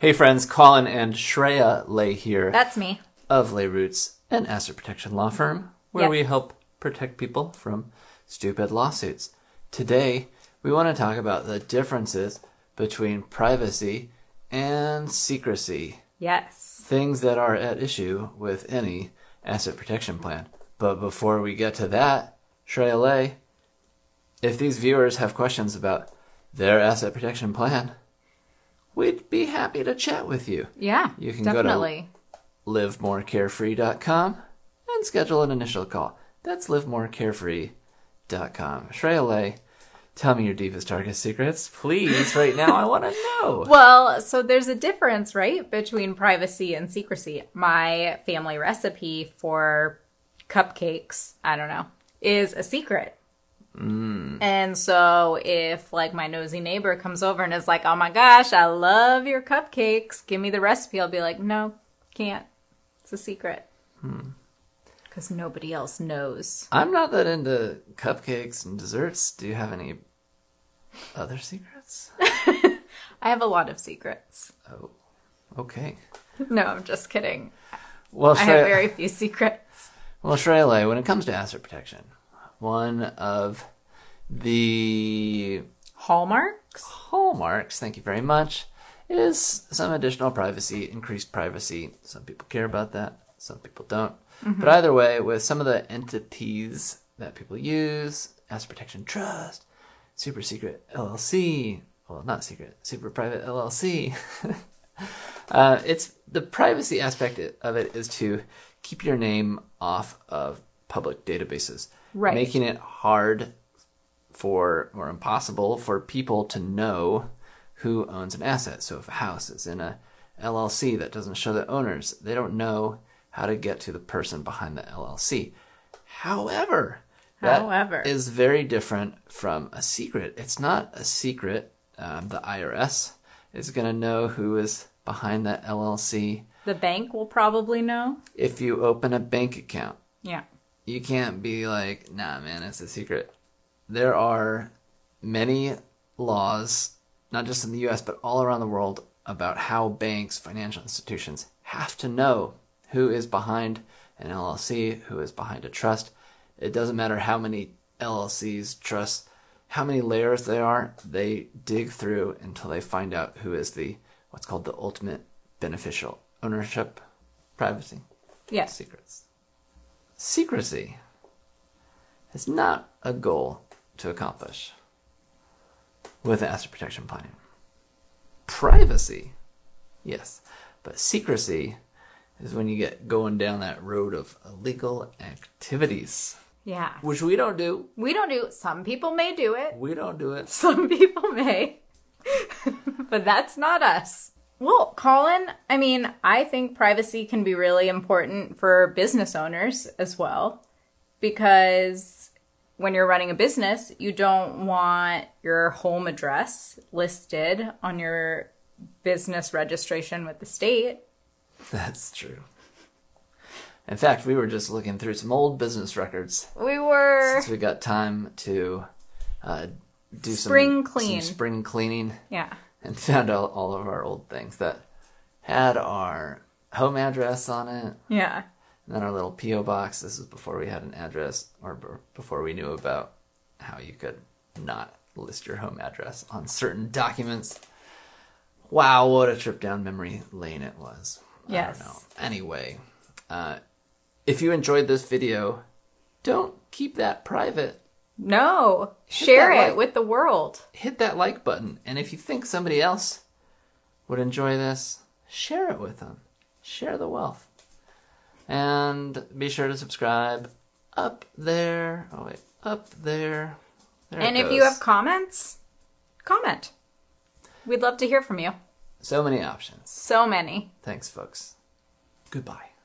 Hey friends, Colin and Shreya Lay here That's me. of Lay Roots, an asset protection law firm where Yeah. we help protect people from stupid lawsuits. Today, we want to talk about the differences between privacy and secrecy, Yes. things that are at issue with any asset protection plan. But before we get to that, Shreya Lay, if these viewers have questions about their asset protection plan, we'd be happy to chat with you. Yeah. You can go to- definitely. livemorecarefree.com and schedule an initial call. That's livemorecarefree.com. Shreya Lay, tell me your deepest, darkest secrets, please, right now. I want to know. Well, so there's a difference, right, between privacy and secrecy. My family recipe for cupcakes, I don't know, is a secret. Mm. And so if like my nosy neighbor comes over and is like, "Oh my gosh, I love your cupcakes. Give me the recipe." I'll be like, "No, can't. It's a secret." Hmm. Cuz nobody else knows. I'm not that into cupcakes and desserts. Do you have any other secrets? I have a lot of secrets. Oh, okay. No, I'm just kidding. Well, I have Shreya, very few secrets. well, Shreya Lay, when it comes to asset protection, one of the Hallmarks? hallmarks, thank you very much, is some additional privacy, increased privacy. Some people care about that, some people don't. But either way, with some of the entities that people use, Asset Protection Trust, Super Secret LLC, well, not secret, Super Private LLC. uh, it's the privacy aspect of it is to keep your name off of public databases, Right. making it hard for or impossible for people to know who owns an asset. So if a house is in a LLC that doesn't show the owners, they don't know how to get to the person behind the LLC. However, that However. is very different from a secret. It's not a secret. Um, the IRS is going to know who is behind that LLC. The bank will probably know. If you open a bank account, Yeah. you can't be like, nah, man, it's a secret. There are many laws, not just in the US, but all around the world, about how banks, financial institutions have to know who is behind an LLC, who is behind a trust. It doesn't matter how many LLCs, trusts, how many layers there are, they dig through until they find out who is the what's called the ultimate beneficial ownership, privacy Yes. secrets. Secrecy is not a goal to accomplish with asset protection planning. Privacy, yes, but secrecy is when you get going down that road of illegal activities, Yeah. which we don't do. We don't do some people may do it. We don't do it. Some people may. but that's not us. Well, Colin, I mean, I think privacy can be really important for business owners as well because when you're running a business, you don't want your home address listed on your business registration with the state. That's true. In fact, we were just looking through some old business records We were since we got time to uh, do some- Spring some clean. spring cleaning. yeah. and found out all of our old things that had our home address on it Yeah. and then our little PO box. This is before we had an address or b- before we knew about how you could not list your home address on certain documents. Wow, what a trip down memory lane it was. Yes. I don't know. Anyway, uh, if you enjoyed this video, don't keep that private. No. Share that it like- with the world. hit that like button. And if you think somebody else would enjoy this, share it with them. Share the wealth. And be sure to subscribe up there. Oh, wait, up there. There it and if you goes. have comments, comment. We'd love to hear from you. so many options. So many. Thanks, folks. Goodbye.